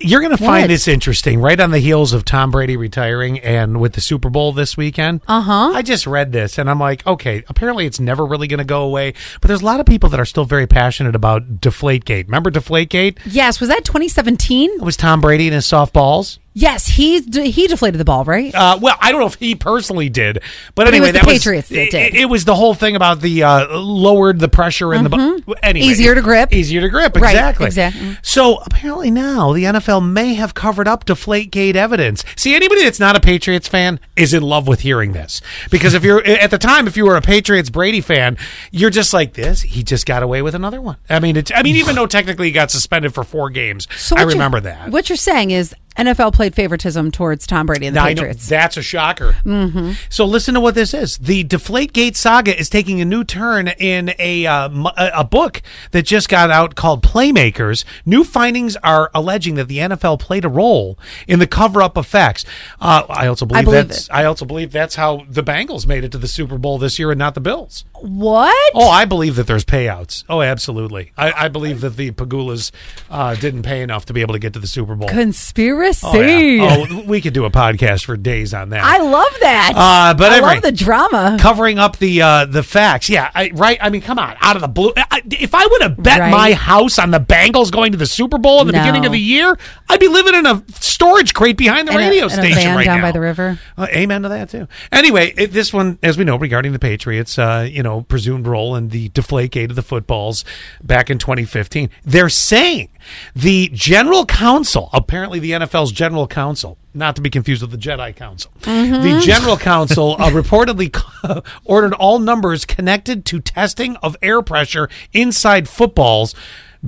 You're going to find What? this interesting right on the heels of Tom Brady retiring and with the Super Bowl this weekend. Uh huh. I just read this and I'm like, okay, apparently it's never really going to go away. But there's a lot of people that are still very passionate about Deflategate. Remember Deflategate? Yes, was that 2017? It was Tom Brady and his softballs. Yes, he d- he deflated the ball, right? Uh, well, I don't know if he personally did, but, But it anyway, was the that Patriots that it, did. It was the whole thing about the uh, lowered the pressure in the bu- anyway, Mm-hmm. Easier to grip. easier to grip, Right, mm. exactly, exactly. So apparently now the NFL may have covered up Deflategate evidence. See, anybody that's not a Patriots fan is in love with hearing this because if you're at the time, if you were a Patriots Brady fan, you're just like this. He just got away with another one. I mean, it's, I mean, even though technically he got suspended for four games, I what you're- remember that. What you're saying is NFL played favoritism towards Tom Brady and the Now, I know- Patriots. that's a shocker. Mm-hmm. So listen to what this is. The Deflategate saga is taking a new turn in a uh, mu- a a book that just got out called Playmakers. New findings are alleging that the NFL played a role in the cover-up of facts. Uh, I also believe, believe that's it. I also believe that's how the Bengals made it to the Super Bowl this year and not the Bills. What? Oh, I believe that there's payouts. Oh, absolutely. I, I believe that the Pagulas uh, didn't pay enough to be able to get to the Super Bowl. Conspiracy. Oh, yeah. Oh, we could do a podcast for days on that. I love that. Uh, but I anyway. love the drama. covering up the uh, the facts. Yeah, I, right. I mean, come on, out of the blue. I, if I would have bet Right. my house on the Bengals going to the Super Bowl in the No. beginning of the year, I'd be living in a storage crate behind the And a- radio and a station van right down now. by the river. Uh, amen to that too. Anyway, it, this one, as we know, regarding the Patriots, uh, you know, presumed role in the deflategate of the footballs back in 2015. They're saying the general counsel, apparently the NFL's general counsel, not to be confused with the Jedi Council, the general counsel uh, reportedly ordered all numbers connected to testing of air pressure inside footballs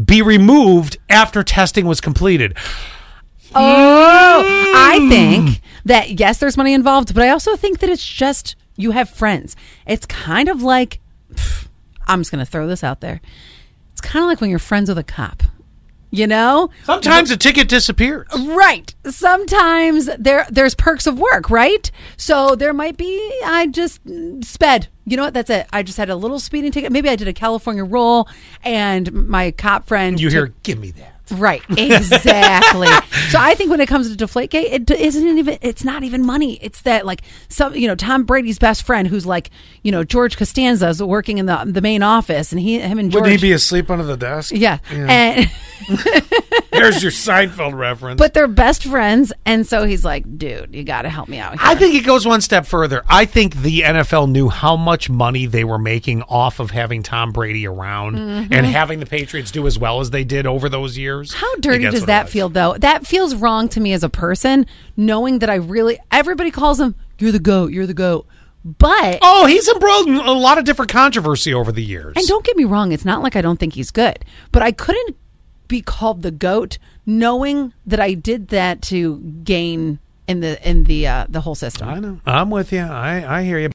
be removed after testing was completed. Mm. Oh, I think that yes, there's money involved, but I also think that it's just you have friends. It's kind of like pff, I'm just going to throw this out there. It's kind of like when you're friends with a cop. You know, Sometimes a ticket disappears. Um, Right. Sometimes there there's perks of work, right? So there might be I just sped. You know what? That's it. I just had a little speeding ticket. Maybe I did a California roll and my cop friend You took- hear, give me that. Right. Exactly. so I think when it comes to Deflategate, it d- isn't even it's not even money. It's that like some you know Tom Brady's best friend who's like, you know, George Costanza's working in the the main office and he him and George Wouldn't he be asleep under the desk? yeah. And There's your Seinfeld reference. but they're best friends and so he's like, dude, you got to help me out here. I think it goes one step further. I think the NFL knew how much money they were making off of having Tom Brady around Mm-hmm. and having the Patriots do as well as they did over those years. How I think dirty that's does what it that was. feel, though? That feels wrong to me as a person, knowing that I really everybody calls him "You're the goat, you're the goat," but Oh, he's embroiled in a lot of different controversy over the years. and don't get me wrong, it's not like I don't think he's good, but I couldn't be called the goat knowing that I did that to gain in the in the uh, the whole system. I know. I'm with you. I, I hear you.